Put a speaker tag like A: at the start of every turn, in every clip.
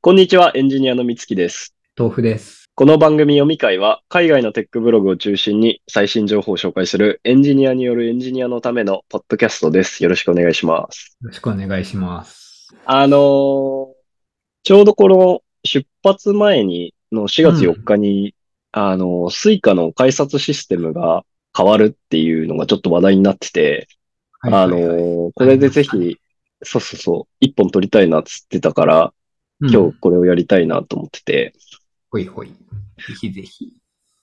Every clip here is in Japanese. A: こんにちは、エンジニアのみつきです。
B: 豆腐です。
A: この番組読み会は、海外のテックブログを中心に最新情報を紹介するエンジニアによるエンジニアのためのポッドキャストです。よろしくお願いします。
B: よろしくお願いします。
A: あのーちょうどこの出発前にの4月4日に、あのー、スイカの改札システムが変わるっていうのがちょっと話題になってて、
B: はい
A: あの
B: はいはい
A: ーこれでぜひ、そうそうそう、一本撮りたいなっつってたから、今
B: うん
A: 日これをやりたいなと思ってて、
B: ほいほい。ぜひぜひ。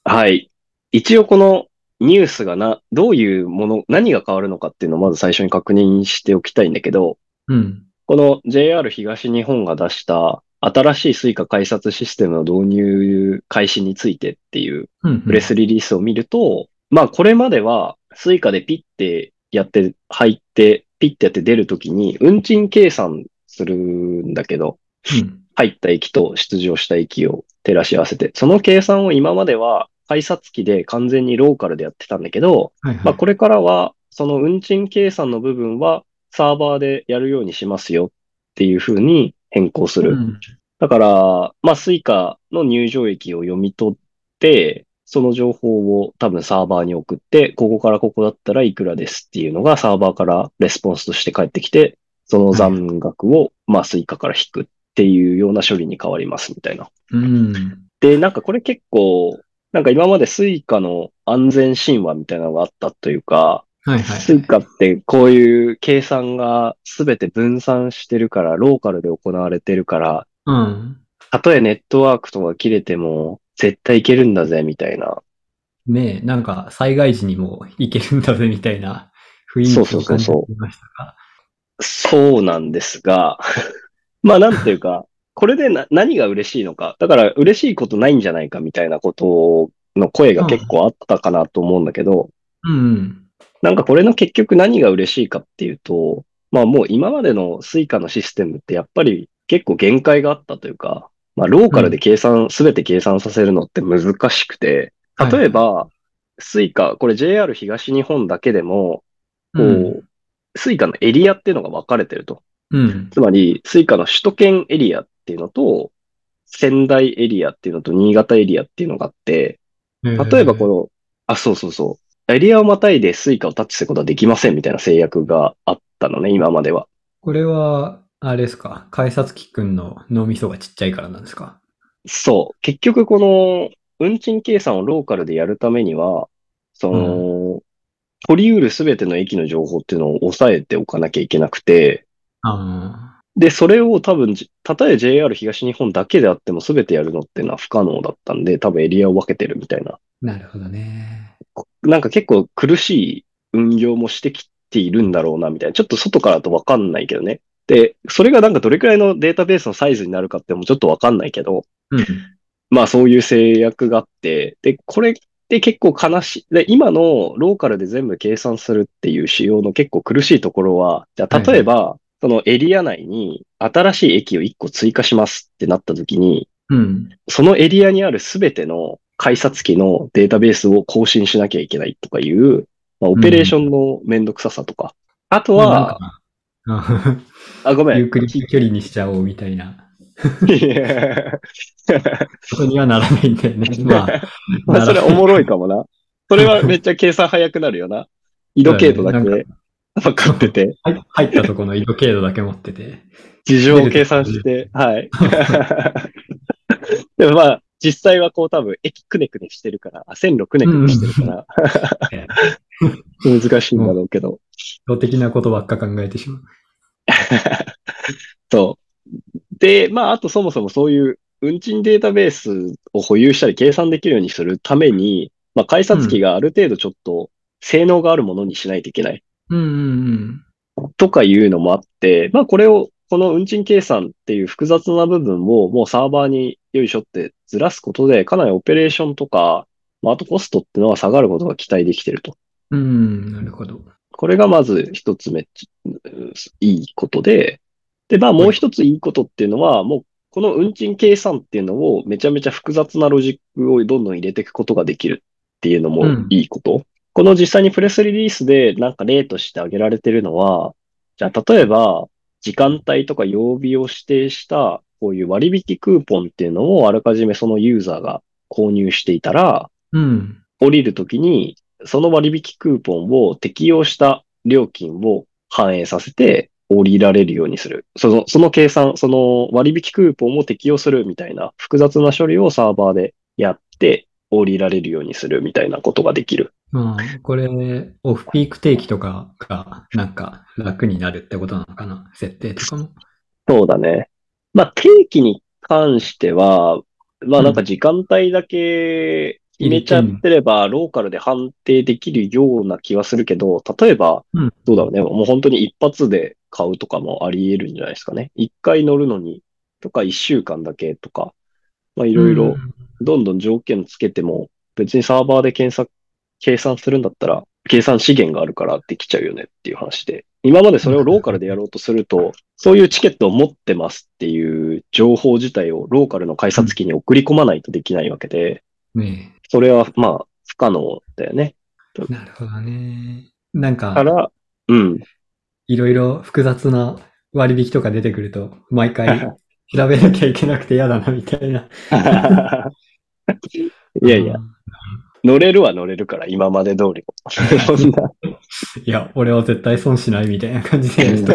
A: はい。一応このニュースがな、どういうもの、何が変わるのかっていうのをまず最初に確認しておきたいんだけど、
B: うん。
A: この JR 東日本が出した新しい Suica 改札システムの導入開始についてっていう
B: うん。
A: プレスリリースを見ると、まあこれまでは Suica でピッてやって入って、ピッてやって出るときに運賃計算するんだけど、
B: うん。
A: 入った駅と出場した駅を照らし合わせて、その計算を今までは改札機で完全にローカルでやってたんだけど、
B: はいはい。
A: まあ、これからはその運賃計算の部分はサーバーでやるようにしますよっていう風に変更する。
B: うん
A: だから、まあ、スイカの入場駅を読み取って、その情報を多分サーバーに送って、ここからここだったらいくらですっていうのがサーバーからレスポンスとして返ってきて、その残額を、まあ、スイカから引くっていうような処理に変わりますみたいな。
B: うん。
A: で、なんかこれ結構、なんか今までスイカの安全神話みたいなのがあったというか、
B: はいはい。
A: スイカってこういう計算が全て分散してるから、ローカルで行われてるから、
B: うん。
A: たとえネットワークとか切れても、絶対いけるんだぜ、みたいな。
B: ねえ、なんか災害時にも行けるんだぜみたいな 雰囲気
A: そうそう
B: を
A: そ
B: 感
A: う
B: じ
A: そう
B: ていましたが。
A: そうなんですが、 まあなんていうか、これでな何が嬉しいのか。だから嬉しいことないんじゃないか、みたいなことの声が結構あったかなと思うんだけど、
B: うんうん。
A: なんかこれの結局何が嬉しいかっていうと、まあもう今までのスイカのシステムってやっぱり結構限界があったというか、まあローカルで計算、すべて計算させるのって難しくて、例えば、スイカ、これ JR 東日本だけでも、こ
B: うん
A: う、スイカのエリアっていうのが分かれてると。
B: うん。
A: つまり、スイカの首都圏エリアっていうのと、仙台エリアっていうのと新潟エリアっていうのがあって、例えばこ
B: の、
A: の、あ、そうそうそう、エリアをまたいでスイカをタッチすることはできませんみたいな制約があったのね、今までは。
B: これは、あれですか、改札機くんの脳みそがちっちゃいからなんですか。
A: そう。結局、この、運賃計算をローカルでやるためには、その、取り得るすべての駅の情報っていうのを抑えておかなきゃいけなくて、
B: あ
A: で、それを多分、じたとえ JR 東日本だけであっても全てやるのっていうのは不可能だったんで、多分エリアを分けてるみたいな。
B: あ、なるほどね。
A: なんか結構苦しい運用もしてきているんだろうな、みたいな。ちょっと外からだとわかんないけどね。で、それがなんかどれくらいのデータベースのサイズになるかってもちょっとわかんないけど、
B: うん。
A: まあそういう制約があって、で、これって結構悲しい。で、今のローカルで全部計算するっていう仕様の結構苦しいところは、じゃあ
B: はいはい
A: 例えば、そのエリア内に新しい駅を1個追加しますってなった時に、
B: うん。
A: そのエリアにあるすべての改札機のデータベースを更新しなきゃいけないとかいう、まあ、オペレーションのめんどくささとか。あとは、
B: まあなんか、
A: あ、ごめ
B: ゆっ
A: ん。
B: くり距離にしちゃおうみたいな。
A: い や
B: ことにはならないんだ よね。まあ、
A: まあ、それお
B: なら
A: もろいかもな。それはめっちゃ計算早くなるよ な。色経度だけ
B: なん
A: 分かって て、
B: 入入ったとこの色経度だけ持ってて。
A: 事情を計算して、 はい。でもまあ、実際はこう多分、駅くねくねしてるから、あ、線路くねくねしてるから、 難しいんだろうけど。
B: 動的なことばっか考えてしまう。
A: そう。で、まあ、あとそもそもそういう運賃データベースを保有したり計算できるようにするために、まあ、改札機がある程度ちょっと性能があるものにしないといけない。
B: うんうんうん。
A: とかいうのもあって、まあこれを、この運賃計算っていう複雑な部分をもうサーバーによいしょってずらすことで、かなりオペレーションとか、まああとコストっていうのは下がることが期待できてると。
B: うん、なるほど。
A: これがまず一つ目、いいことで、で、まあもう一ついいことっていうのは、もうこの運賃計算っていうのをめちゃめちゃ複雑なロジックをどんどん入れていくことができるっていうのもいいこと。この実際にプレスリリースでなんか例として挙げられてるのは、じゃあ例えば時間帯とか曜日を指定したここういう割引クーポンっていうのをあらかじめそのユーザーが購入していたら、
B: うん。
A: 降りるときに、その割引クーポンを適用した料金を反映させて降りられるようにする。その、その計算、その割引クーポンを適用するみたいな複雑な処理をサーバーでやって降りられるようにするみたいなことができる。
B: まあ、これ、オフピーク定期とかが、なんか楽になるってことなのかな設定とかも。
A: そうだね。まあ、定期に関しては、まあなんか時間帯だけ決めちゃってれば、ローカルで判定できるような気はするけど、例えば
B: うん、
A: どうだろうね、もう本当に一発で買うとかもあり得るんじゃないですかね。一回乗るのに、とか一週間だけとか、まあい
B: い
A: ろいろ、どんどん条件つけても、別にサーバーで検索、計算するんだったら、計算資源があるからできちゃうよねっていう話で。今までそれをローカルでやろうとすると、そういうチケットを持ってますっていう情報自体をローカルの改札機に送り込まないとできないわけで、
B: ね
A: それはまあ不可能だよね。
B: え。なるほどね。なん
A: か
B: か、
A: ら、うん。
B: いろいろ複雑な割引とか出てくると、毎回調べなきゃいけなくて嫌だな、みたいな。
A: いやいや
B: う、ん。
A: 乗れるは乗れるから、今まで通りも。そんない
B: や、俺は絶対損しないみたいな感じでやると、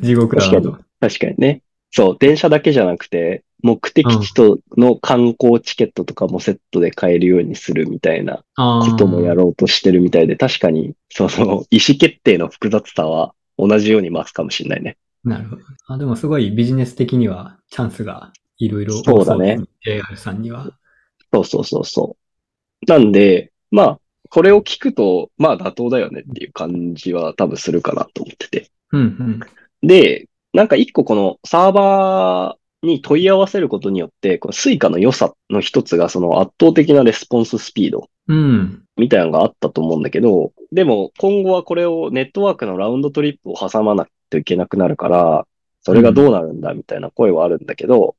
B: 地獄だなと。
A: 確かにね。そう、電車だけじゃなくて、目的地との観光チケットとかもセットで買えるようにするみたいな
B: あ
A: こ
B: ー
A: ともやろうとしてるみたいで、確かに、その、意思決定の複雑さは同じように増すかもしれないね。
B: なるほど。あでもすごいビジネス的にはチャンスがいろいろ
A: そうだね。
B: JR さんには。
A: そうそうそうそう。なんで、まあ、これを聞くと、まあ妥当だよねっていう感じは多分するかなと思ってて。
B: うんうん。
A: で、なんか一個このサーバーに問い合わせることによって、この Suica の良さの一つがその圧倒的なレスポンススピード
B: うん。
A: みたいなのがあったと思うんだけど、でも今後はこれをネットワークのラウンドトリップを挟まないといけなくなるから、それがどうなるんだみたいな声はあるんだけど、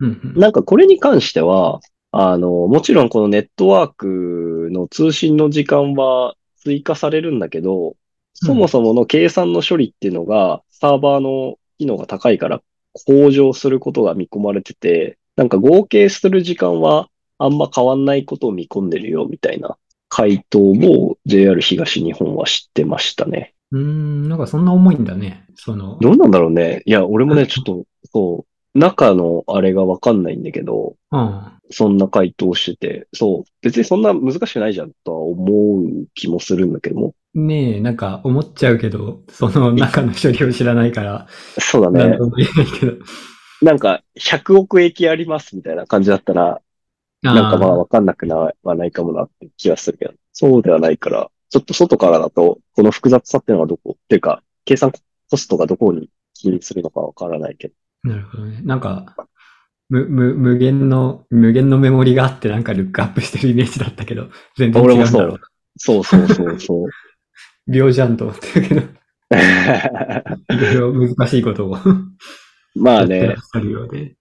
B: うんうん。
A: なんかこれに関しては、あの、もちろんこのネットワークの通信の時間は追加されるんだけど、そもそもの計算の処理っていうのが、サーバーの機能が高いから向上することが見込まれてて、なんか合計する時間はあんま変わんないことを見込んでるよみたいな回答も JR 東日本は知ってましたね。
B: うーん、なんかそんな重いんだね。その、
A: どうなんだろうね。いや、俺も
B: う
A: ね、
B: ん
A: ちょっと、そう、中のあれがわかんないんだけど、
B: うん。
A: そんな回答してて、そう、別にそんな難しくないじゃんとは思う気もするんだけども。
B: ねえ、なんか思っちゃうけど、その中の処理を知らないから、
A: そうだ
B: なん
A: ね。
B: とも言えないけど。
A: なんか、100億駅ありますみたいな感じだったら、なんかまあ
B: あー
A: わかんなくなはないかもなって気はするけど、そうではないから、ちょっと外からだと、この複雑さっていうのはどこ、っていうか、計算コストがどこに起因するのかわからないけど。
B: なるほどね。なんか、む、む、無限の、無限のメモリがあってなんかルックアップしてるイメージだったけど、全然違う
A: 俺
B: ん
A: も
B: だ
A: そ
B: ろう
A: う。。そうそうそうそう。
B: 秒じゃんと思ってるけど、いろいろ難しいことを
A: ま
B: や
A: あ
B: って
A: ね
B: らっし。ゃるようで。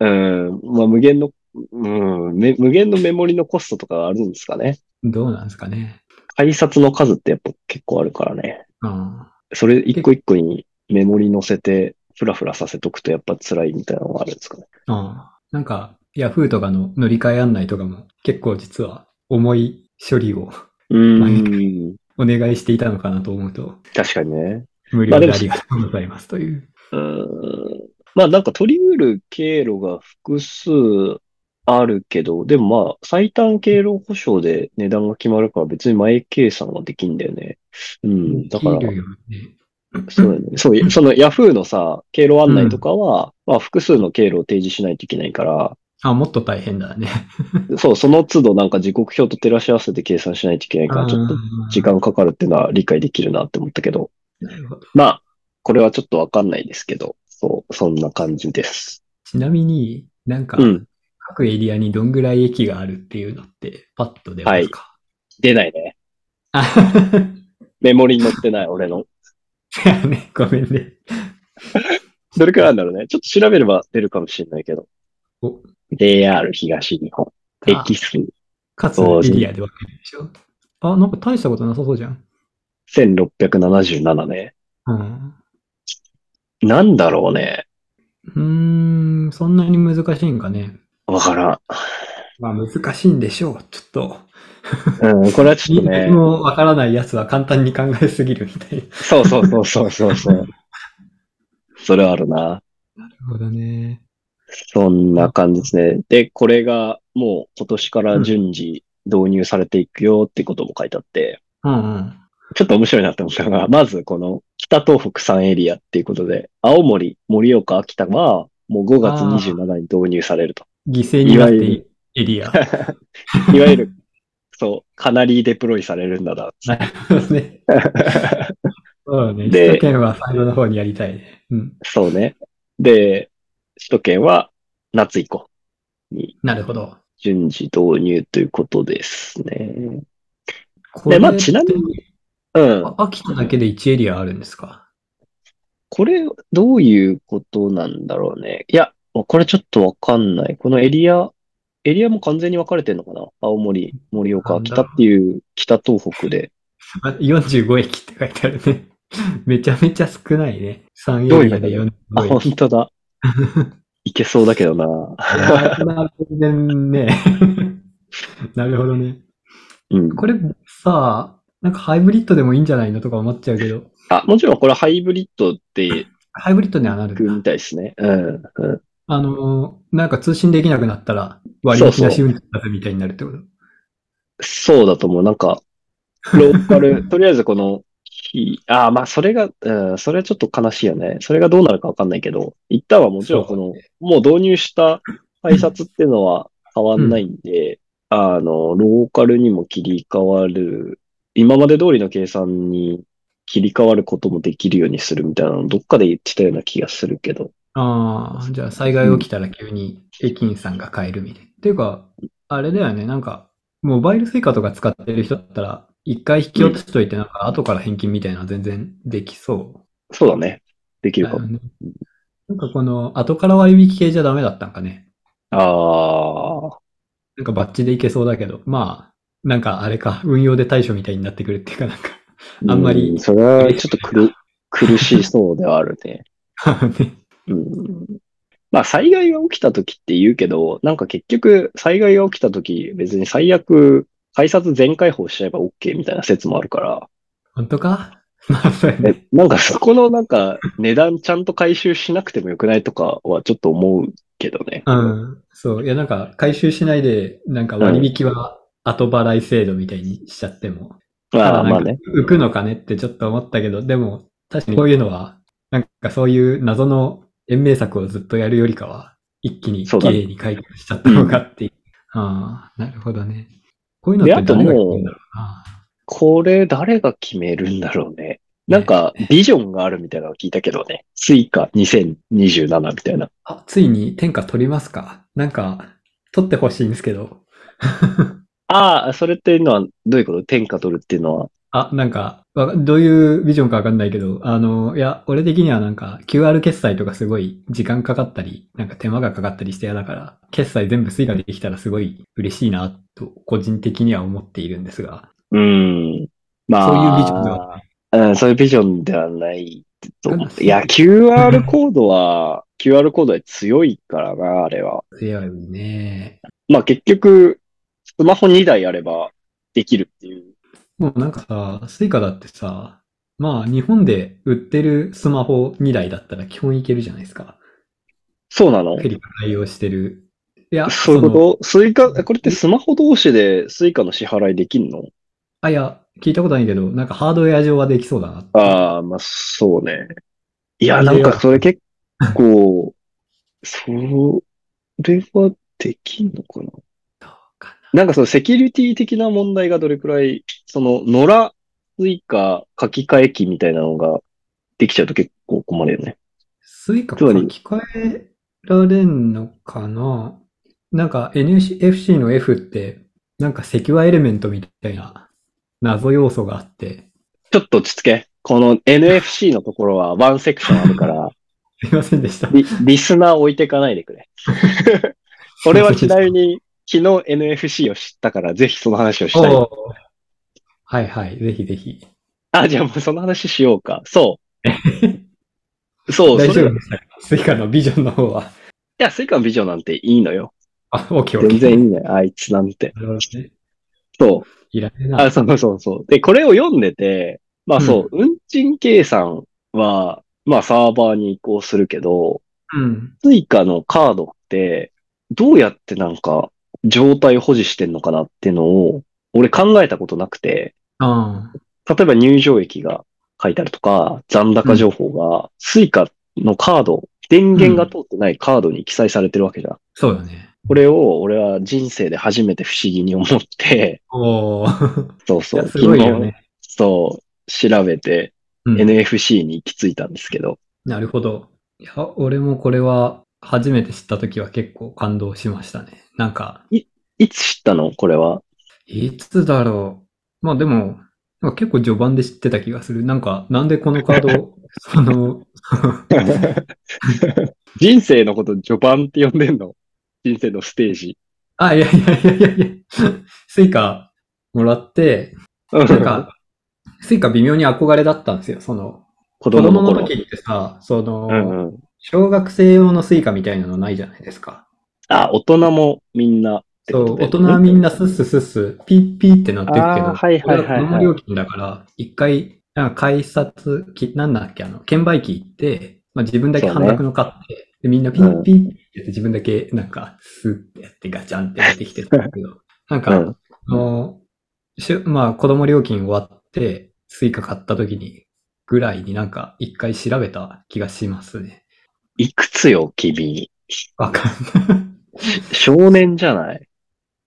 A: うん、まあ無限の、うん、め無限のメモリのコストとかがあるんですかね。
B: どうなんですかね。
A: 改札の数ってやっぱ結構あるからね。
B: うん。
A: それ一個一個にメモリ乗せて、フラフラさせとくとやっぱ辛いみたいなのがあるんですかね。
B: うん。なんか、ヤフーとかの乗り換え案内とかも結構実は重い処理を
A: うーん、
B: お願いしていたのかなと思うと、
A: 確かにね。
B: 無
A: まあ
B: 料
A: で
B: で
A: も
B: ありがとうございますという。
A: うーん。まあなんか取り得る経路が複数あるけど、でもまあ最短経路保証で値段が決まるから別に前計算はできんだよね。うん、だから
B: でき。るよね。
A: そうだね。そうい、その Yahoo のさ、経路案内とかは、まあ複数の経路を提示しないといけないから、
B: あ、もっと大変だね。
A: そう、その都度なんか時刻表と照らし合わせて計算しないといけないから、ちょっと時間かかるっていうのは理解できるなって思ったけど、
B: うん。なるほど。
A: まあ、これはちょっとわかんないですけど、そう、そんな感じです。
B: ちなみになんか、
A: うん。
B: 各エリアにどんぐらい駅があるっていうのって、パッと出ますか、
A: 出ないね。
B: あ
A: メモリに載ってない、俺の。
B: だよね、ごめんね。
A: どれくらいあるんだろうね。ちょっと調べれば出るかもしれないけど
B: お。
A: JR 東日本、
B: あ
A: 駅数
B: かつエリアで分けるでしょ。あ、なんか大したことなさそうじゃん。
A: 1677ね。
B: うん。
A: なんだろうね。
B: うーん、そんなに難しいんかね。
A: わからん。
B: まあ難しいんでしょう。ちょっと、
A: うん、これはちょ っとね
B: 何。もわからないやつは簡単に考えすぎるみたいな。な
A: そうそうそうそうそうそう。それはあるな。
B: るほどね。
A: そんな感じですね。で、これがもう今年から順次導入されていくよってことも書いてあって、
B: うんうん。
A: ちょっと面白いなって思ったのが、まずこの北東北3エリアっていうことで、青森、盛岡、秋田はもう5月27日に導入されると。
B: 犠牲になっているエリア。
A: いわゆる、そう、かなりデプロイされるんだな。
B: なるほどね。そうだね。
A: で
B: 首都圏は最後の方にやりたいね。うん。
A: そうね。で、首都圏は夏以降に
B: なるほど。
A: 順次導入ということですね。
B: これ
A: まあちなみ
B: に。
A: うん。
B: あ秋田だけで1エリアあるんですか
A: これ、どういうことなんだろうね。いや、これちょっとわかんない。このエリア、エリアも完全に分かれてんのかな青森、盛岡、
B: なんだ
A: 北っていう、北東北で。
B: あ ?45 駅って書いてあるね。 めちゃめちゃ少ないね。3
A: どうい
B: エ
A: う
B: リ
A: こ
B: ア
A: とだ
B: で
A: よあ、
B: 45駅。
A: 本当だ。 いけそうだけどな。
B: あまあ全然ね。 なるほどね。
A: うん。
B: これさあ、なんかハイブリッドでもいいんじゃないのとか思っちゃうけど、
A: あ、もちろんこれハイブリッドってい
B: ハイブリッドにはなる
A: く
B: ん
A: み
B: だ。
A: たいですね。うん。うん
B: あのー、なんか通信できなくなったら割引なし運転だぜみたいになるってこと。
A: そうだと思う。なん か、ローカル、とりあえずこの、ひあーまあ、それが、うん、それはちょっと悲しいよね。それがどうなるかわかんないけど、一旦はもちろんこの、もう導入した改札っていうのは変わんないんで、あの、ローカルにも切り替わる、今まで通りの計算に切り替わることもできるようにするみたいなの、どっかで言ってたような気がするけど。
B: ああ、じゃあ災害起きたら急に駅員さんが買えるみたいな。っていうか、あれだよね、なんか、モバイルスイカとか使ってる人だったら、一回引き落としといて、なんか後から返金みたいなの全然できそ
A: そうだね。でき
B: う
A: る
B: だ
A: か
B: よ
A: も。
B: ね。なんかこの、後から割引系じゃダメだったんかね。
A: ああ、
B: なんかバッチでいけそうだけど、まあ、なんかあれか、運用で対処みたいになってくるっていうか、なんあんまり
A: うそれはちょっと苦、苦しそうではあるね。
B: か、 ね。
A: うんまあ災害が起きた時って言うけど、なんか結局災害が起きた時別に最悪改札全開放しちゃえば OK みたいな説もあるから、
B: 本当かまあ、そうやね。
A: えなんかそこのなんか値段ちゃんと回収しなくてもよくないとかはちょっと思うけどね。
B: うん。そう。いや、なんか、回収しないで、なんか割引は後払い制度みたいにしちゃっても。
A: まあ
B: ただ
A: ま
B: な
A: あ
B: んか
A: ね。
B: 浮くのかねってちょっと思ったけど、でも、確かにこういうのは、なんかそういう謎の延命策をずっとやるよりかは、一気に綺麗に解決しちゃったのかっていう。ああ、なるほどね。こういうのっ
A: で
B: て
A: あと
B: 誰
A: も
B: が
A: う
B: 決めるんだろうな。
A: これ誰が決めるんだろうね。なんかビジョンがあるみたいなのを聞いたけどね。スイカ2027みたいな。
B: あ、ついに天下取りますかなんか、取ってほしいんですけど。
A: ああ、それっていうのはどういうこと天下取るっていうのは。
B: あ、なんか、わどういうビジョンかわかんないけど、あの、いや、俺的にはなんか、QR 決済とかすごい時間かかったり、なんか手間がかかったりして嫌だから、決済全部スイカでできたらすごい嬉しいな、と、個人的には思っているんですが、
A: うん。まあ。
B: そういうビジョンではない。
A: うん、そういうビジョンではないと思って。いや、
B: うん
A: QR コードは、QR コードは強いからな、あれは。
B: 強いね。
A: まあ結局、スマホ2台あればできるっていう。
B: もうなんかさ、スイカだってさ、まあ、日本で売ってるスマホ2台だったら基本いけるじゃないですか。
A: そうなの
B: フェリカ対応してる。いや、
A: そういう
B: の
A: ことスイカ、えこれってスマホ同士でスイカの支払いできんの
B: あ、いや、聞いたことないけど、なんかハードウェア上はできそうだなって。
A: ああ、まあそうね。いや、なんかそれ結構、それはできんのかな
B: どうか
A: なんかそのセキュリティ的な問題がどれくらい、その野良スイカ書き換え機みたいなのができちゃうと結構困るよね。
B: スイカ
A: つま
B: 書
A: り
B: き換えられんのかななんか NFC の F って、なんかセキュアエレメントみたいな謎要素があって、
A: ちょっと落ち着け。この NFC のところはワンセクションある から、
B: すいませんでした。
A: リリスナー置いてかないでく れ。俺はちなみに昨日 NFC を知ったからぜひその話をしたい。
B: おーはいはい、ぜひぜひ。
A: あ、じゃあもうその話しようか。そう。 そう、
B: 大
A: そ
B: 丈
A: れ、い
B: 夫でしたかスイカのビジョンの方は。
A: や、スイカのビジョンなんていいのよ。
B: あ、オッケーオッ
A: 全
B: ケー。
A: 然いいのよ、あいつなんて。
B: なるほどね。
A: そう。
B: いらねえな。
A: あ、そうそうそう。で、これを読んでて、まあそう、運賃計算は、まあサーバーに移行するけど、
B: うん。
A: スイカのカードって、どうやってなんか、状態保持してんのかなっていうのを、俺考えたことなくて、
B: ああ。
A: 例えば入場益が書いてあるとか、残高情報が、スイカのカード、電源が通ってないカードに記載されてるわけじゃん。
B: そうだね。
A: これを俺は人生で初めて不思議に思っ て、
B: おお。
A: そうそう、
B: すごいよね。
A: そう、調べて、
B: うん
A: NFC に行き着いたんですけど。
B: なるほど。いや、俺もこれは初めて知ったときは結構感動しましたね。なんか、
A: いつ知ったのこれ は。
B: いつだろう。まあでも、なんか結構序盤で知ってた気がする。なんか、なんでこのカード、 その、
A: 人生のこと序盤って呼んでんの人生のステージ。
B: あ、いやいやいやいやいや、スイカもらって、
A: な
B: なん、か、スイカ微妙に憧れだったんですよ。その、
A: 子
B: 子
A: 供の
B: 供の
A: 頃。
B: 時ってさ、その、
A: うんうん、
B: 小学生用のスイカみたいなのないじゃないですか。
A: あ、大人もみんなって
B: そ
A: こと、
B: う
A: で
B: 大人みんなスッスッスッス、ピッピーってなってるけど、
A: あーはいはいはいはい
B: これは子供料金だから、一回、なんか改札機、なんだっけ、あの、券売機行って、まあ、自分だけ半額の買って、でみんなピッピーってやって自分だけなんか、スッってやってガチャンって出てきてたんだけど、なんか、
A: うん
B: あのしゅまあ、子供料金終わって、スイカ買った時に、ぐらいになんか、一回調べた気がしますね。
A: いくつよ、君。
B: わかんない。
A: 少年じゃない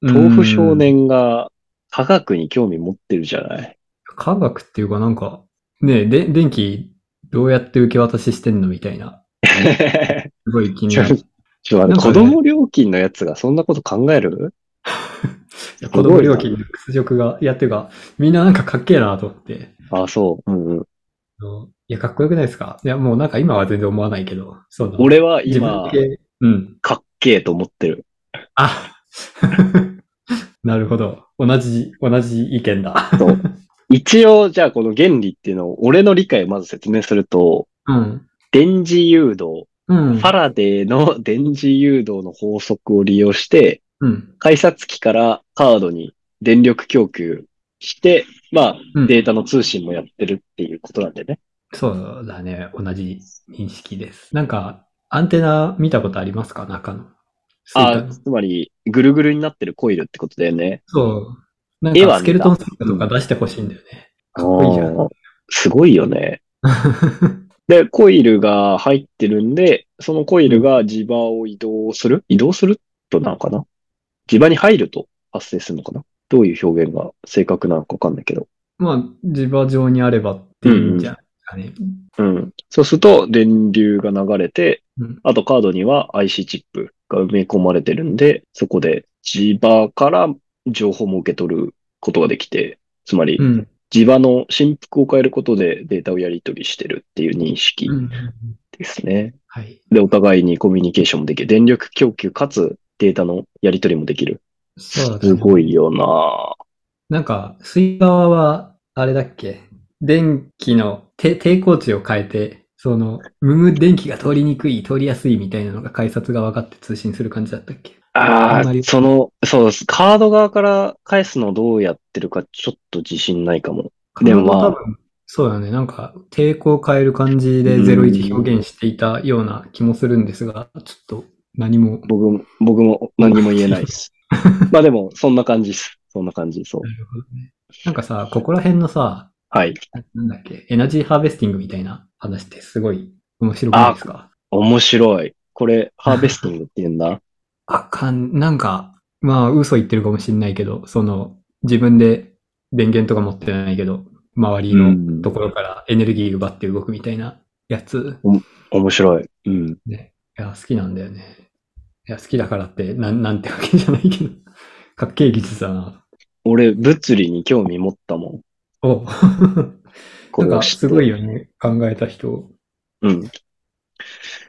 A: 豆腐少年が科学に興味持ってるじゃない
B: 科学っていうかなんか、ねえ、で、電気どうやって受け渡ししてんのみたいな。すごい気にな る。
A: ちょあ
B: なん
A: の
B: かね
A: 子供料金のやつがそんなこと考える
B: 子供料金の屈辱が、いや、っていうか、みんななんかかっけえなと思って。
A: あ、そう。うんうん、
B: あのいや、かっこよくないですかいや、もうなんか今は全然思わないけど、そうだ。
A: 俺は
B: 自分
A: 今
B: だ、け、うん。
A: かっけえと思ってる。
B: あ なるほど。同じ、同じ意見だ。
A: そう。一応、じゃあこの原理っていうのを、俺の理解をまず説明すると、
B: うん。
A: 電磁誘導、
B: うん。
A: ファラデーの電磁誘導の法則を利用して、
B: うん。
A: 改札機からカードに電力供給して、ま
B: うん
A: あ、データの通信もやってるっていうことなんでね。
B: そうだね。同じ認識です。なんか、アンテナ見たことありますか中の。スイカ
A: あ
B: の
A: つまり、ぐるぐるになってるコイルってことだよね。
B: そう。なん
A: 絵は
B: か
A: 見た
B: スケルトンスイカとか出してほしいんだよ ね。かっこいいじゃん。
A: あーすごいよね。で、コイルが入ってるんで、そのコイルが磁場を移動する移動するとなのかな磁場に入ると発生するのかなどういう表現が正確なのかわかんないけど。
B: まあ、磁場上にあればっていうんじゃないですかね。
A: うん。そうすると、電流が流れて、
B: うん
A: あとカードには IC チップが埋め込まれてるんで、そこで磁場から情報も受け取ることができて、つまり
B: うん。うん
A: 磁場の振幅を変えることでデータをやり取りしてるっていう認識
B: うんうん
A: ですね。
B: はい。
A: で、お互いにコミュニケーションもできる。電力供給かつデータのやり取りもできる。
B: そうだ
A: す
B: ね。
A: ごいよな
B: なんか、水側は、あれだっけ電気のて抵抗値を変えて、その、むむ電気が通りにくい、通りやすいみたいなのが改札が分かって通信する感じだったっけ
A: あ
B: あんま
A: あ、
B: り
A: その、そうです。カード側から返すのどうやってるかちょっと自信ないかも。でもまあ
B: 多分そうだね。なんか、抵抗を変える感じで
A: うん
B: 01表現していたような気もするんですが、ちょっと何も。
A: 僕も、僕も何も言えない です。まあでも、そんな感じです。そんな感じ、そう。
B: なんかさ、ここら辺のさ、
A: はい。
B: なんだっけ、エナジーハーベスティングみたいな話ってすごい面白くないですか
A: 面白い。これ、ハーベスティングって言うんだ。
B: あかん、なんか、まあ、嘘言ってるかもしれないけど、その、自分で電源とか持ってないけど、周り
A: うん
B: のところからエネルギー奪って動くみたいなやつ。
A: 面白い。うん。
B: ね。いや、好きなんだよね。いや、好きだからって、なん、なんてわけじゃないけど。 かっけえ技術だな。
A: 俺、物理に興味持ったもん。
B: お う
A: こ
B: なん
A: れを
B: か、
A: 知って
B: すごいよね。考えた人。
A: うん。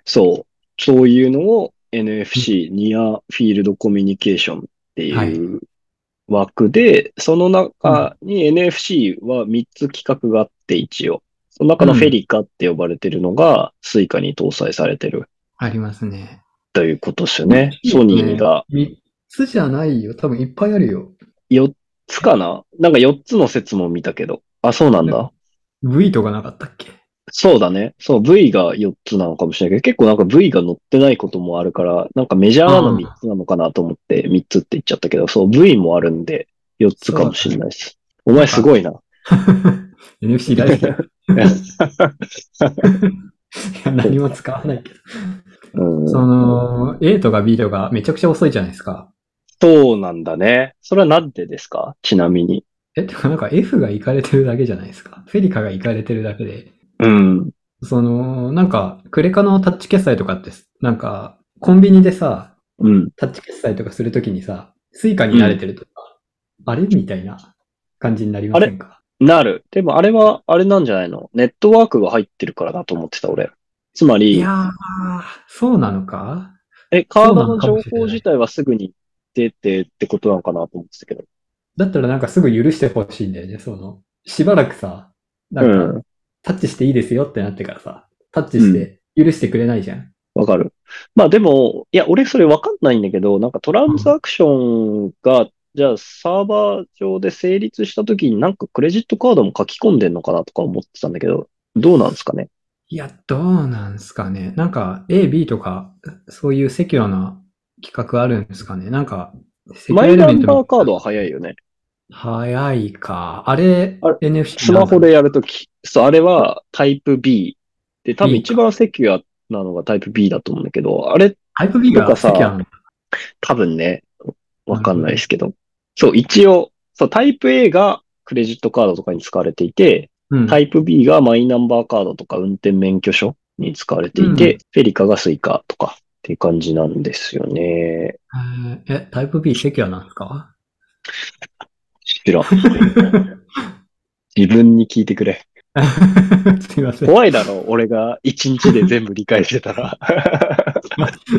A: そう。そういうのを NFC、ニアフィールドコミュニケーションっていう枠で、その中に NFC は3つ企画があって一応。その中のフェリカって呼ばれてるのが、スイカに搭載されてる
B: ありますね。
A: ということですよね。ソニーが
B: 3つじゃないよ。多分いっぱいあるよ。
A: 4つかななんか4つの説も見たけど。あ、そうなんだ。
B: V とかなかったっけ
A: そうだね。そう、V が4つなのかもしれないけど、結構なんか V が乗ってないこともあるから、なんかメジャーなの
B: うん
A: 3つなのかなと思って、3つって言っちゃったけど、そう、V もあるんで、4つかもしれないです。お前す ごいな。
B: ?NFC 大好きだ。いや何も使わないけど。
A: うん、
B: その、A とか B とかめちゃくちゃ遅いじゃないですか。
A: そうなんだね。それはなんでですかちなみに。
B: え、てかなんか F が行かれてるだけじゃないですか。フェリカが行かれてるだけで。
A: うん。
B: その、なんか、クレカのタッチ決済とかって、なんか、コンビニでさ、
A: うん。
B: タッチ決済とかするときにさ、スイカに慣れてるとか、あれみたいな感じになりませんか
A: なる。でもあれは、あれなんじゃないのネットワークが入ってるからだと思ってた、俺。つま
B: い
A: り、
B: やー、そうなのか
A: え、カードの
B: そうな
A: 情
B: のかもしれない
A: 報自体はすぐに出てってことなのかなと思ってたけど。
B: だったらなんかすぐ許してほしいんだよね、その、しばらくさ、なんか、
A: うん。
B: タッチしていいですよってなってからさ、タッチして許してくれないじゃん。
A: わかる。まあでも、いや、俺それわかんないんだけど、なんかトランザクションが、じゃあサーバー上で成立した時になんかクレジットカードも書き込んでんのかなとか思ってたんだけど、どうなんですかね。
B: いや、どうなんすかね。なんか A、B とか、そういうセキュアな企画あるんですかね。なんか、セキュア
A: マ
B: エ
A: イ
B: レ
A: ナ
B: メン
A: ン
B: ト
A: バ
B: の
A: ーカードは早いよね。
B: 早いか。あれ、
A: あ
B: NFC
A: スマホでやるとき、そう、あれはタイプ B。で、多分
B: B か
A: 一番セキュアなのがタイプ B だと思うんだけど、あれ
B: タイプ B
A: と
B: が
A: かさ
B: セキュアなの。
A: 多分ね、わかんないですけど。そう、一応、そう、タイプ A がクレジットカードとかに使われていて、
B: うん。
A: タイプ B がマイナンバーカードとか運転免許証に使われていて、
B: うん
A: フェリカがスイカとかっていう感じなんですよね。
B: えーえ、タイプ B セキュアなんですか
A: 知らん。自分に聞いてくれ。
B: すいません。
A: 怖いだろ、俺が一日で全部理解してた ら。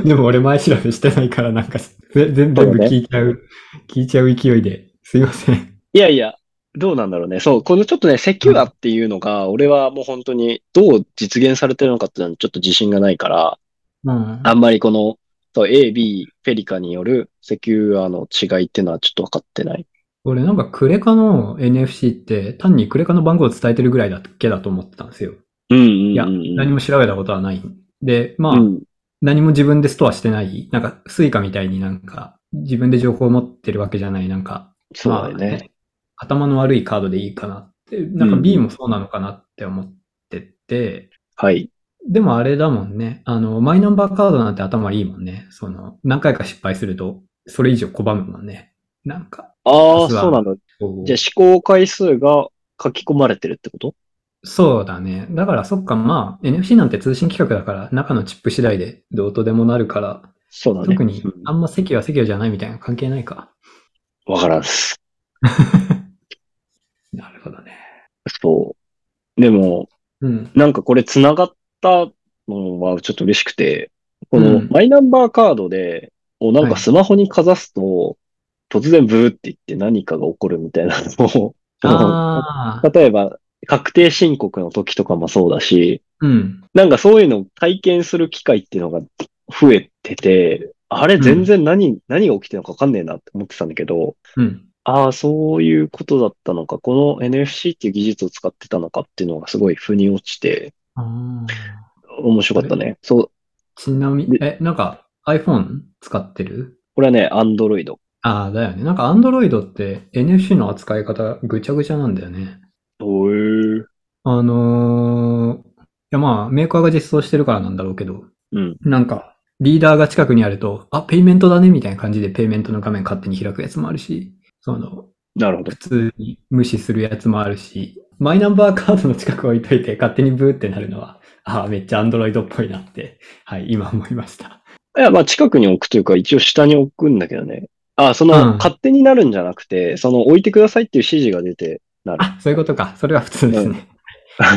B: でも俺前調べしてないからなんか、ぜ全部
A: そうね
B: 聞いちゃう、聞いちゃう勢いで。すいません。
A: いやいや、どうなんだろうね。そう、このちょっとね、セキュアっていうのが、俺はもう本当にどう実現されてるのかっていうのはちょっと自信がないから、
B: うん。
A: あんまりこの、そう、A、B、フェリカによるセキュアの違いっていうのはちょっと分かってない。
B: 俺なんかクレカの NFC って単にクレカの番号を伝えてるぐらいだけだと思ってたんですよ。
A: うんうん
B: いや、
A: うんうん。
B: 何も調べたことはない。で、まあ、
A: うん。
B: 何も自分でストアしてない、なんかスイカみたいになんか自分で情報を持ってるわけじゃない、なんか、
A: そうだよ
B: まあ
A: ね。
B: 頭の悪いカードでいいかなって、なんか
A: うん
B: B もそうなのかなって思ってて、
A: はい。
B: でもあれだもんね、あの、マイナンバーカードなんて頭いいもんね。その、何回か失敗すると、それ以上拒むもんね。なんか、
A: ああ、
B: 実は
A: そうなんだ。
B: こう
A: じゃあ思考回数が書き込まれてるってこと
B: そうだね。だからそっか、まあ、NFC なんて通信規格だから、中のチップ次第でどうとでもなるから、
A: そうだね。
B: 特に
A: うん
B: あんま席は席はじゃないみたいな関係ないか。
A: わからんっす。
B: なるほどね。
A: そう。でも、
B: うん。
A: なんかこれ繋がったのはちょっと嬉しくて、この
B: うん
A: マイナンバーカードで、をなんか
B: はい
A: スマホにかざすと、突然ブーって言って何かが起こるみたいなのを、
B: ああ、
A: 例えば確定申告の時とかもそうだし、
B: うん。
A: なんかそういうのを体験する機会っていうのが増えてて、あれ全然何、何が起きてるのかわかんねえなって思ってたんだけど、
B: うん。
A: ああ、そういうことだったのか、この NFC っていう技術を使ってたのかっていうのがすごい腑に落ちて、
B: あー
A: 面白かったね。そう、
B: ちなみに、え、なんか iPhone 使ってる
A: これはね、アンドロイド。
B: ああ、だよね。なんか Android って NFC の扱い方ぐちゃぐちゃなんだよね。
A: おえ。
B: あのー、いやまあ、メーカーが実装してるからなんだろうけど、
A: うん。
B: なんか、リーダーが近くにあると、あ、ペイメントだねみたいな感じでペイメントの画面勝手に開くやつもあるし、その、
A: なるほど
B: 普。通に無視するやつもあるし、マイナンバーカードの近く置いといて勝手にブーってなるのは、ああ、めっちゃアンドロイドっぽいなって、はい、今思いました。
A: いや、まあ、近くに置くというか、一応下に置くんだけどね。あ、その、
B: うん
A: 勝手になるんじゃなくて、その、置いてくださいっていう指示が出て、
B: あ、そういうことか。それは普通ですね。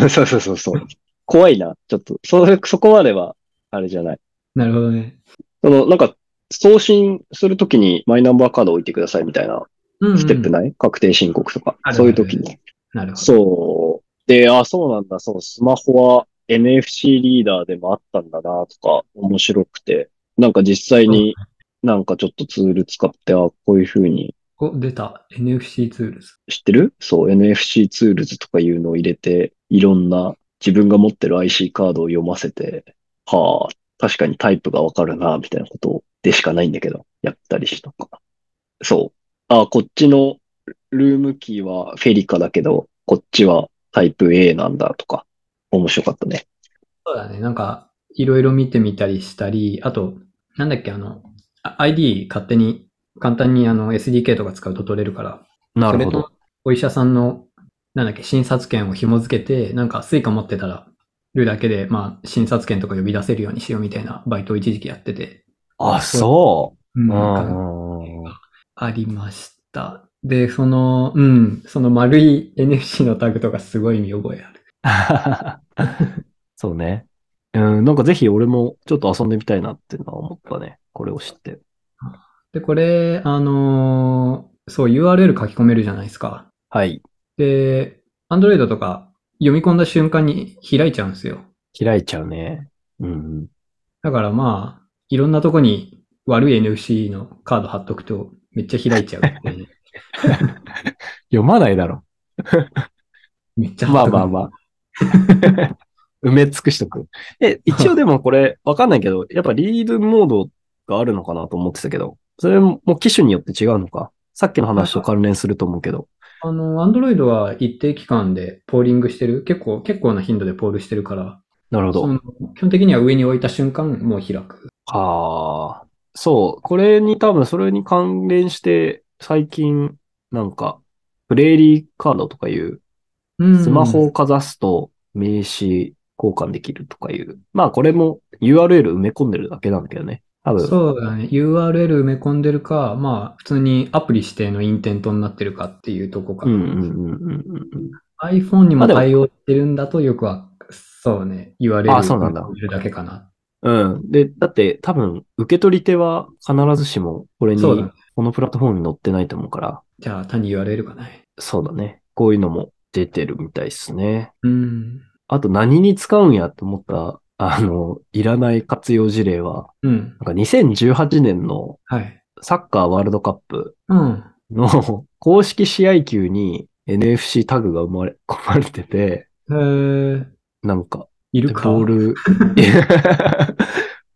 A: そうそうそうそう。怖いな。ちょっと、そ、そこまでは、あれじゃない。
B: なるほどね。
A: その、なんか、送信するときにマイナンバーカード置いてくださいみたいな
B: うん、うん。
A: ステップない、確定申告とか
B: あ。る
A: そういうときに。
B: なるほど。
A: そう。
C: で、あ、そうなんだ、そのスマホは NFC リーダーでもあったんだな、とか、面白くて。なんか実際になんかちょっとツール使って、あ、こういう風に
B: お、出た。NFC ツールズ。
C: 知ってるそう、NFC ツールズとかいうのを入れて、いろんな自分が持ってる IC カードを読ませて、はあ、確かにタイプがわかるな、みたいなことでしかないんだけど、やったりしたか。そう。あ、こっちのルームキーはフェリカだけど、こっちはタイプ A なんだとか、面白かったね。
B: そうだね。なんか、いろいろ見てみたりしたり、あと、なんだっけ、あの、あ ID 勝手に、簡単にあの SDK とか使うと取れるから、
C: な
B: それと。お医者さんの、なんだっけ、診察券を紐付けて、なんかスイカ持ってたら、るだけで、まあ、診察券とか呼び出せるようにしようみたいなバイトを一時期やってて、
A: あ、そうう。
B: ん、
A: う
B: なんか
A: ん。
B: ありました。で、その、うん、その丸い NFC のタグとかすごい見覚えある。
A: そうね。うん、なんかぜひ俺もちょっと遊んでみたいなっていうのは思ったね。これを知って。
B: で、これ、あのーそう、URL 書き込めるじゃないですか。
A: はい。
B: で、Android とか読み込んだ瞬間に開いちゃうんですよ。
A: 開いちゃうね。うん。
B: だからまあ、いろんなとこに悪い NFC のカード貼っとくとめっちゃ開いちゃうって いう。
A: 読まないだろ。
B: めっちゃ貼
A: まあ
B: っとく。
A: まあまあ。 埋め尽くしとく。え、一応でもこれ、わかんないけど、やっぱリードモードがあるのかなと思ってたけど、それも機種によって違うのか。さっきの話と関連すると思うけど。
B: あの、Android は一定期間でポーリングしてる。結構、結構な頻度でポールしてるから、
A: なるほど
B: そ。の基本的には上に置いた瞬間もう開く。
A: ああ、そう。これに多分それに関連して、最近、なんか、プレーリーカードとかいう、
B: うん
A: スマホをかざすと名刺交換できるとかいう。まあこれも URL 埋め込んでるだけなんだけどね。多分。
B: そうだね。URL 埋め込んでるか、まあ、普通にアプリ指定のインテントになってるかっていうとこか
A: う
B: な。
A: んうんうんうんうん。
B: iPhone に
A: あ
B: も
A: でも
B: 対応してるんだとよくは、そうね、URL
A: あそうなんだ
B: を入れるだけかな。
A: うん。で、だって多分、受け取り手は必ずしもこれに、
B: そうだね。
A: このプラットフォームに載ってないと思うから、
B: じゃあ単に URL かね。
A: そうだね。こういうのも出てるみたいですね。
B: うん。
A: あと何に使うんやと思った、あの、いらない活用事例は、
B: うん。
A: なんか2018年の
B: はい。
A: サッカーワールドカップ
B: うん。
A: の 公式試合球に NFC タグが生まれ込まれてて、
B: えー、
A: なんか、
B: いるか。
A: ボール、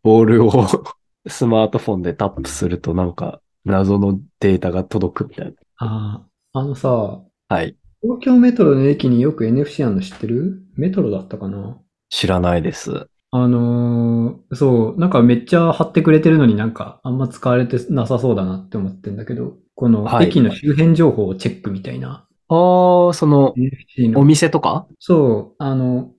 A: ボールを スマートフォンでタップするとなんか謎のデータが届くみたいな。
B: あーあのさ、
A: はい。
B: 東京メトロの駅によく NFC あるの知ってるメトロだったかな
A: 知らないです。
B: あのーそう、なんかめっちゃ貼ってくれてるのになんかあんま使われてなさそうだなって思ってんだけど、この
A: はい
B: 駅の周辺情報をチェックみたいな。
A: ああ、その、
B: NFC の
A: お店とか
B: そう、あの、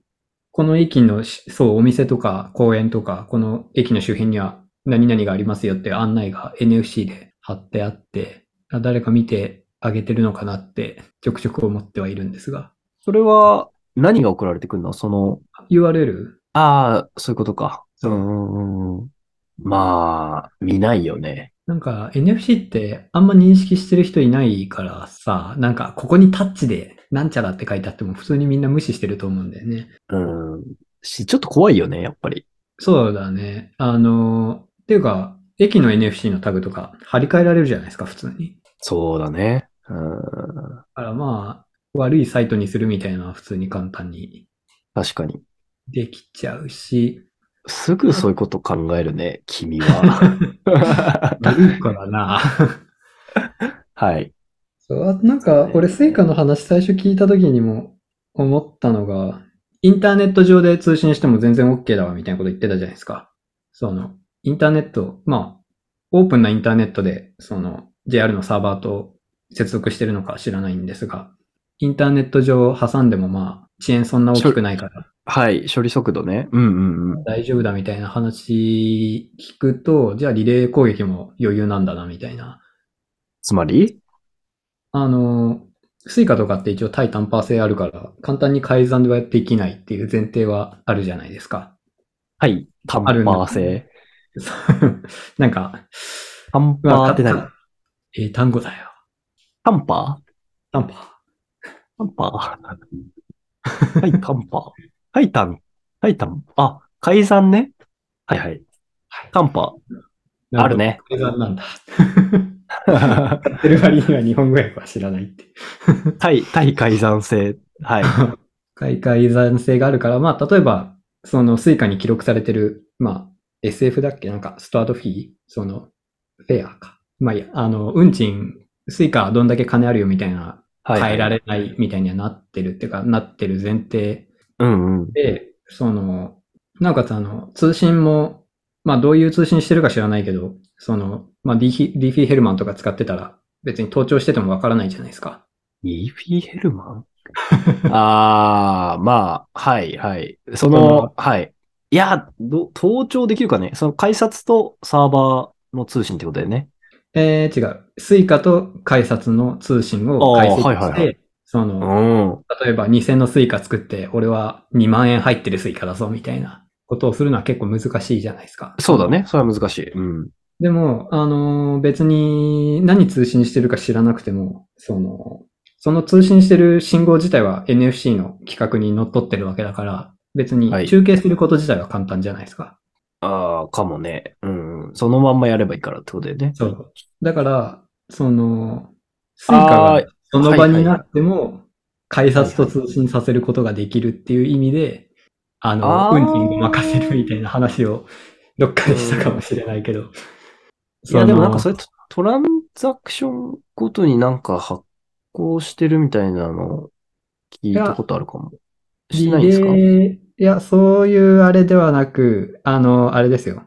B: この駅のし、そう、お店とか公園とか、この駅の周辺には何々がありますよって案内が NFC で貼ってあって、あ誰か見てあげてるのかなって、ちょくちょく思ってはいるんですが。
A: それは何が送られてくるのその、
B: URL?
A: ああ、そういうことか。う
B: そうん
A: うんうん。まあ、見ないよね。
B: なんか NFC ってあんま認識してる人いないからさ、なんかここにタッチでなんちゃらって書いてあっても普通にみんな無視してると思うんだよね。
A: うん。し、ちょっと怖いよね、やっぱり。
B: そうだね。あの、っていうか、駅の NFC のタグとか貼り替えられるじゃないですか、普通に。
A: そうだね。うん。
B: だからまあ、悪いサイトにするみたいなのは普通に簡単に
A: 確かに。
B: できちゃうし、
A: すぐそういうこと考えるね、君は。
B: 悪いからな。
A: はい。
B: そう、あとなんか、俺、スイカの話最初聞いた時にも思ったのが、インターネット上で通信しても全然 OK だわみたいなこと言ってたじゃないですか。その、インターネット、まあ、オープンなインターネットで、その、JR のサーバーと接続してるのか知らないんですが、インターネット上挟んでもまあ、遅延そんな大きくないから
A: はい。処理速度ね。うんうんうん。
B: 大丈夫だみたいな話聞くと、じゃあリレー攻撃も余裕なんだなみたいな。
A: つまり
B: あの、スイカとかって一応対単パー性あるから、簡単に改ざんはできないっていう前提はあるじゃないですか。
A: はい。タンパ
B: あるんだ
A: ー性。
B: そうなんか、
A: タンパーって何
B: えー単語だよ。
A: タンパー
B: タンパ
A: タンパーはい、タンパー。はい、タン。はい、タン。あ、改ざんね。はいはい。タンパー。ある。ね。
B: 改ざんなんだ。テルバリには日本語訳は知らないって。
A: 対、対改ざん性。 はい。
B: 海外残性があるから、まあ、例えば、そのスイカに記録されてる、まあ、SF だっけなんか、スタートフィーその、フェアか。まあ、いいや、あの、運賃、スイカどんだけ金あるよみたいな、
A: はい。
B: 変えられないみたいにはなってるっていうか、なってる前提
A: うんうん。
B: で、その、なおかつあの、通信も、まあ、どういう通信してるか知らないけど、その、まあ、ディヒディフィー・ヘルマンとか使ってたら、別に盗聴しててもわからないじゃないですか。
A: イーフィーヘルマン ああ、まあ、はい、はい。そ
B: そ
A: の、はい。いや、ど、盗聴できるかねその改札とサーバーの通信ってことだよね。
B: えー、違う。スイカと改札の通信を解析して、
A: あーはいはいは
B: そうの、
A: ん。
B: 例えば2000のスイカ作って、俺は2万円入ってるスイカだぞ、みたいなことをするのは結構難しいじゃないですか。
A: そうだね。それは難しい。うん。
B: でも、あのー別に何通信してるか知らなくても、その、その通信してる信号自体は NFC の規格に則っってるわけだから、別に
A: はい
B: 中継すること自体は簡単じゃないですか。
A: ああ、かもね。うん。そのまんまやればいいからってことだよね。
B: そう。だから、その、スイカがその場になっても、改札と通信させることができるっていう意味で、あの、
A: あー
B: 運賃を任せるみたいな話をどっかでしたかもしれないけど。
A: いや、でもなんか
B: そ
A: そ
B: れ、
A: れトトランザクションごとになんか発行してるみたいなの聞いたことあるかも。してないんですか
B: リレーいや、そういうあれではなく、あの、あれですよ。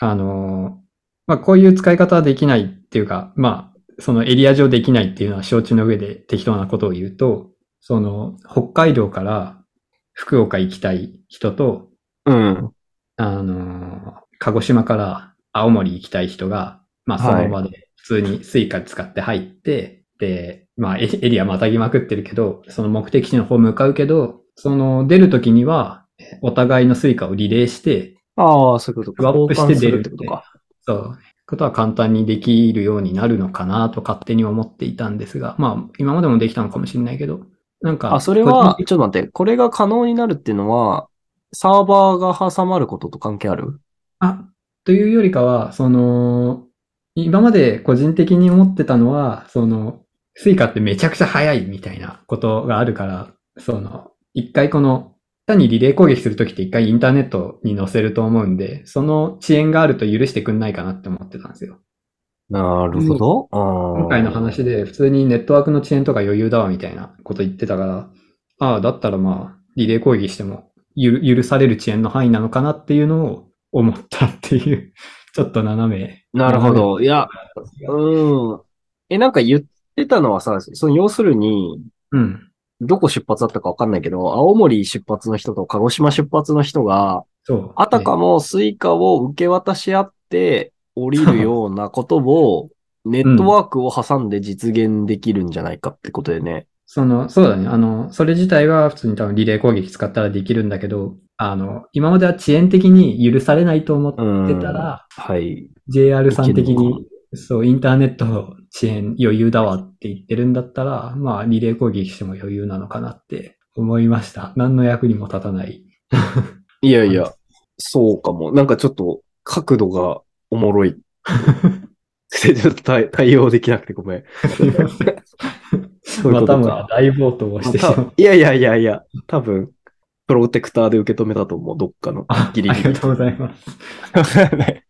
B: あの、まあ、こういう使い方はできないっていうか、まあ、そのエリア上できないっていうのは承知の上で適当なことを言うと、その、北海道から福岡行きたい人と、
A: うん。
B: あの、鹿児島から青森行きたい人が、まあそ
A: はい
B: の場で普通にスイカ使って入って、で、まあエエリアまたぎまくってるけど、その目的地の方向かうけど、その出るときには、お互いのスイカをリレーして、
A: ああ、そういうことか。
B: スワップして出る
A: 交換すってことか。
B: そう、ことは簡単にできるようになるのかなと勝手に思っていたんですが、まあ今までもできたのかもしれないけど、なんか、
A: あ、それは、
B: 個人
A: ちょっと待って、これが可能になるっていうのは、サーバーが挟まることと関係ある
B: あ、というよりかは、その、今まで個人的に思ってたのは、その、スイカってめちゃくちゃ速いみたいなことがあるから、その、一回この、単にリレー攻撃するときって一回インターネットに載せると思うんで、その遅延があると許してくんないかなって思ってたんですよ。
A: なるほど。今
B: 今回の話で普通にネットワークの遅延とか余裕だわみたいなこと言ってたから、ああ、だったらまあ、リレー攻撃してもゆる許される遅延の範囲なのかなっていうのを思ったっていう、 ちょっと斜め
A: なるほど。いや、うん。え、なんか言ってたのはさ、その要するに、
B: うん。
A: どこ出発だったかわかんないけど、青森出発の人と鹿児島出発の人が、
B: そう。
A: あたかもスイカを受け渡し合って降りるようなこと を、ネットワークを挟んで実現できるんじゃないかってことでね。
B: その、そうだね。あの、それ自体は普通に多分リレー攻撃使ったらできるんだけど、あの、今までは遅延的に許されないと思って
A: うん。
B: たら、
A: はい。
B: JR さん的
A: できるの
B: に、そう、インターネットの遅延余裕だわって言ってるんだったら、まあ、リレー攻撃しても余裕なのかなって思いました。何の役にも立 たない。
A: いやいや、そうかも。なんかちょっと角度がおもろい。 ちょっと対対応できなくてごめん。そういう
B: ま
A: こ
B: た
A: と
B: も
A: か。
B: 大暴投をしてしまう。
A: いやいやいやいや、多分、プロテクターで受け止めたと思う、どっかの。
B: ああ
A: ギ
B: り
A: リギ
B: が
A: リ
B: とうございます。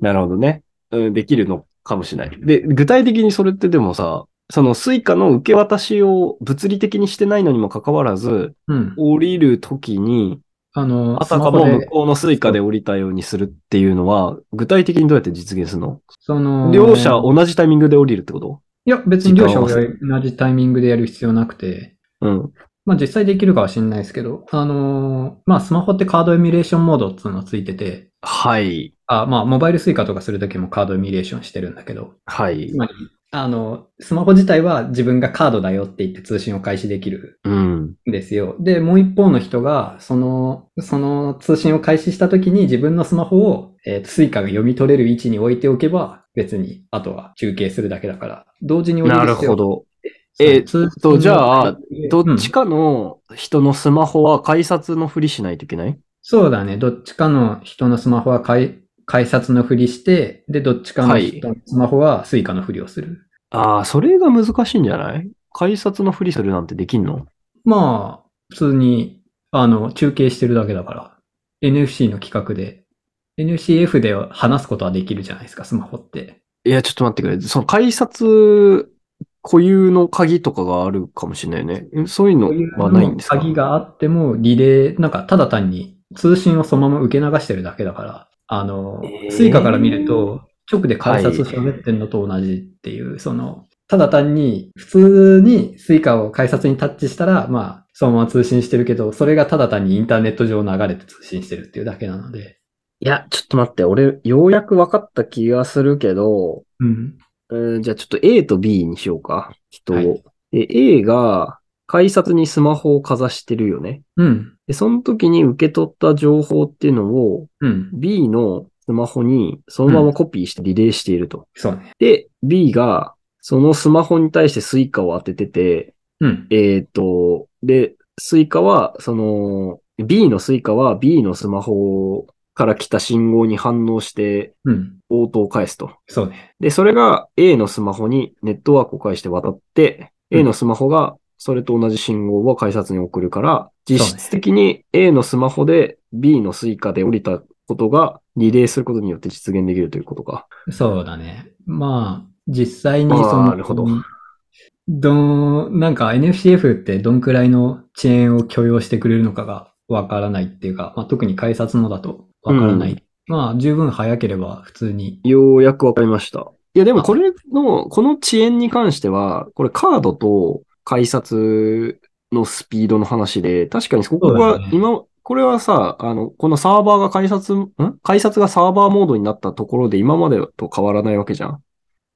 A: なるほどね、うん。できるのかもしれない。で、具体的にそれってでもさ、そのスイカの受け渡しを物理的にしてないのにもかかわらず、
B: うん。
A: 降りるときに、
B: あの、
A: あたか
B: スマホ
A: も
B: で
A: 向こうのスイカで降りたようにするっていうのは、具体的にどうやって実現するの
B: その、
A: 両者同じタイミングで降りるってこと
B: いや、別に両者
A: 時間を合わ
B: 同じタイミングでやる必要なくて、
A: うん。
B: まあ実際できるかは知んないですけど、あのーまあスマホってカードエミュレーションモードっていうのがついてて、
A: はい。
B: あまあモバイルスイカとかするときもカードエミュレーションしてるんだけど、
A: はい
B: つ。まり、あの、スマホ自体は自分がカードだよって言って通信を開始できる
A: うん。
B: んですよ。で、もう一方の人が、その、その通信を開始したときに自分のスマホを、えースイカが読み取れる位置に置いておけば、別に、あとは中継するだけだから、同時に降り
A: な
B: る
A: る
B: 必
A: ほ
B: 要
A: ど。
B: そう
A: えー
B: 通
A: とじゃあ
B: 通信の
A: どっちかの人のスマホは改札のふりしないといけない
B: そうだね。どっちかの人のスマホは改改札のふりして、で、どっちかの人のスマホはスイカのふりをする。
A: ああ、それが難しいんじゃない改札のふりするなんてできんの
B: まあ、普通に、あの、中継してるだけだから、NFC の企画で、NCF で話すことはできるじゃないですか、スマホって。
A: いや、ちょっと待ってくれ。その改札固有の鍵とかがあるかもしれないよね。んそういうのはないんですか
B: 鍵があっても、リレー、なんか、ただ単に通信をそのまま受け流してるだけだから、あの
A: え、ー
B: スイカから見ると、直で改札喋ってんのと同じっていう、その、ただ単に、普通にスイカを改札にタッチしたら、まあ、そのまま通信してるけど、それがただ単にインターネット上流れて通信してるっていうだけなので、
A: いや、ちょっと待って。俺、ようやく分かった気がするけど、
B: うん。
A: うん、じゃあちょっと A と B にしようか。人を。
B: はい
A: で A が改札にスマホをかざしてるよね。
B: うん。
A: で、その時に受け取った情報っていうのを
B: うん。
A: B のスマホにそのままコピーしてリレーしていると。
B: そうね。
A: で、B がそのスマホに対してスイカを当ててて、
B: うん。
A: えっ、と、で、スイカは、その、B のスイカは B のスマホから来た信号に反応して
B: うん。
A: 応答を返すと。
B: そうね。
A: で、それが A のスマホにネットワークを介して渡って、
B: うん
A: A のスマホがそれと同じ信号を改札に送るから、
B: う
A: 実
B: ね
A: 質的に A のスマホで B のスイカで降りたことがリレーすることによって実現できるということか。
B: そうだね。まあ、実際に
A: あー
B: その、
A: なるほど
B: どん、なんか NFCF ってどんくらいの遅延を許容してくれるのかがわからないっていうか、まあ、特に改札のだとわからない。
A: うん
B: まあ、十分早ければ普通に。
A: ようやくわかりました。いや、でもこれの、この遅延に関しては、これカードと改札のスピードの話で、確かにここ
B: そう
A: が
B: だね
A: 今、これはさ、あの、このサーバーが改札、ん改札がサーバーモードになったところで今までと変わらないわけじゃん。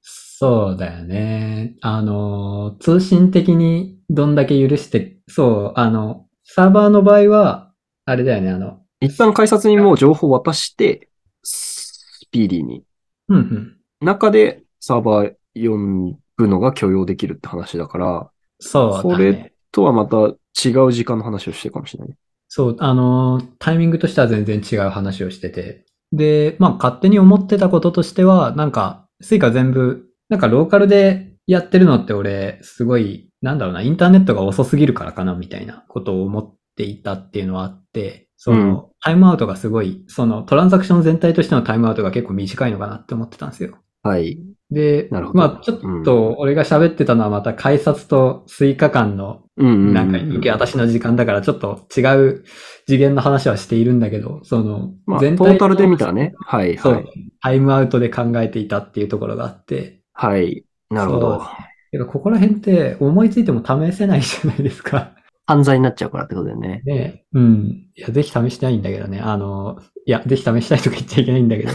B: そうだよね。あの、通信的にどんだけ許して、そう、あの、サーバーの場合は、あれだよね、あの、
A: 一旦改札にもう情報渡して、スピーディーに。
B: うんうん。
A: 中でサーバー呼ぶのが許容できるって話だから、
B: そうだね。
A: それとはまた違う時間の話をしてるかもしれない。
B: そう、あのー、タイミングとしては全然違う話をしてて。で、まあ勝手に思ってたこととしては、なんか、スイカ全部、なんかローカルでやってるのって俺、すごい、なんだろうな、インターネットが遅すぎるからかな、みたいなことを思っていたっていうのはあって、その、
A: うん
B: タイムアウトがすごい、そのトランザクション全体としてのタイムアウトが結構短いのかなって思ってたんですよ。
A: はい。
B: で、
A: なるほど
B: まあちょっと俺が喋ってたのはまた改札とスイカ間の
A: うんうんうん。
B: なんか受け渡しの時間だからちょっと違う次元の話はしているんだけど、その、
A: まあ、トータルで見たらね。はい、
B: そ
A: は
B: う
A: い。、
B: タイムアウトで考えていたっていうところがあって、
A: はい。なるほど
B: そ。てかここら辺って思いついても試せないじゃないで すか。
A: 犯罪になっちゃうからってことだよ ね。
B: ねうん。いや、ぜひ試したいんだけどね。あの、いや、ぜひ試したいとか言っちゃいけないんだけど。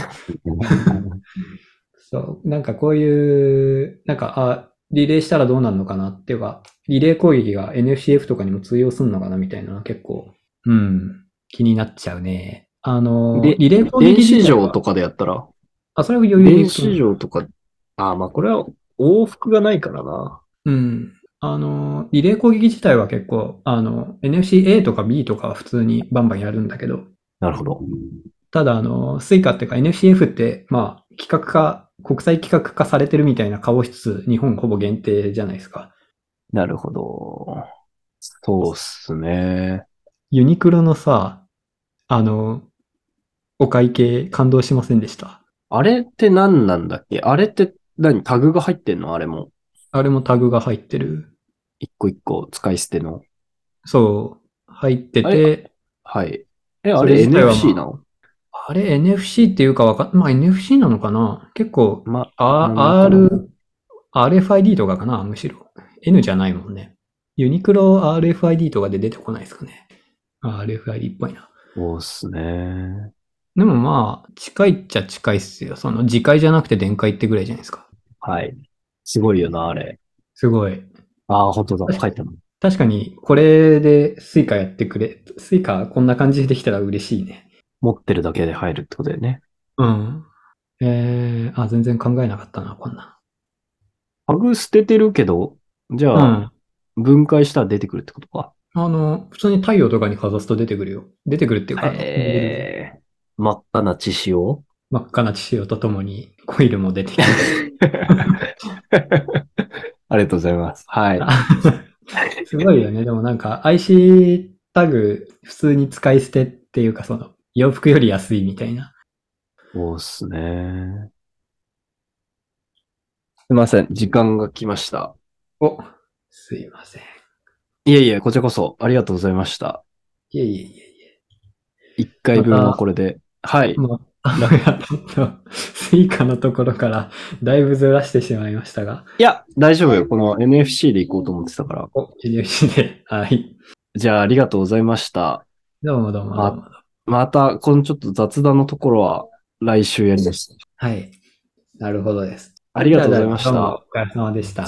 B: そう、なんかこういう、なんか、あ、リレーしたらどうなるのかなっていうか、リレー攻撃が NFCF とかにも通用するのかなみたいなのは結構、うん、気になっちゃうね。あの、
A: で
B: リレー攻撃
A: 電
B: 自体
A: 子
B: は
A: 錠とかでやったら、
B: あ、それは余裕でい
A: 電
B: くと思う
A: 子錠とか、ああ、まあこれは往復がないからな。
B: うん。あの、リレー攻撃自体は結構、あの、NFCA とか B とかは普通にバンバンやるんだけど、
A: なるほど。
B: ただ、あの、スイカっていうか NFCF って、まあ、企画化、国際企画化されてるみたいな顔しつつ、日本ほぼ限定じゃないですか。
A: なるほど。そうっすね。
B: ユニクロのさ、あの、お会計感動しませんでした。
A: あれって何なんだっけあれって何タグが入ってんのあれも。
B: あれもタグが入ってる。
A: 一個一個使い捨ての。
B: そう、入って
A: あ
B: て、
A: はい。え、あ
B: そ
A: れ
B: れ自体は
A: NFC なの
B: あれ NFC っていうかわかん、まあ NFC なのかな結構、
A: ま、なんだ
B: R
A: と思
B: R、RFID とかかなむしろ。N じゃないもんね。ユニクロ RFID とかで出てこないですかね。RFID っぽいな。
A: そうっすね。
B: でもまあ、近いっちゃ近いっすよ。その、次回じゃなくて電解ってぐらいじゃないですか。
A: はい。すごいよな、あれ。
B: すごい。
A: ああ、本当だ。書いてある。
B: 確かに、これでスイカやってくれ、スイカこんな感じでできたら嬉しいね。
A: 持ってるだけで入るってことだよね。
B: うん。えー、あ、全然考えなかったな、こんな。
A: タグ捨ててるけど、じ
B: う
A: ゃあ、
B: ん。
A: 分解したら出てくるってことか。
B: あの、普通に太陽とかにかざすと出てくるよ。出てくるっていうか、
A: えー、真っ赤な血潮
B: 真っ赤な血潮とともにコイルも出て きて。
A: ありがとうございます。はい。
B: すごいよね。でもなんか IC タグ普通に使い捨てっていうかその洋服より安いみたいな。
A: そうっすね。すいません。時間が来ました。
B: お、すいません。
A: いえいえ、こちらこそありがとうございました。
B: いえいえいえい
A: 1回分はこれで。はい
B: え。。もう、あ の、やちょっと、スイカのところからだいぶずらしてしまいましたが、
A: いや、大丈夫よ。この NFC で行こうと思ってたから。
B: お、GDFC で、 はい。
A: じゃあ、ありがとうございました。
B: どうもどうもどうもどうも。
A: また、このちょっと雑談のところは来週やります。
B: はい。なるほどです。
A: ありがとうございまし
B: じゃあ
A: た
B: どうも。お疲れ様でした。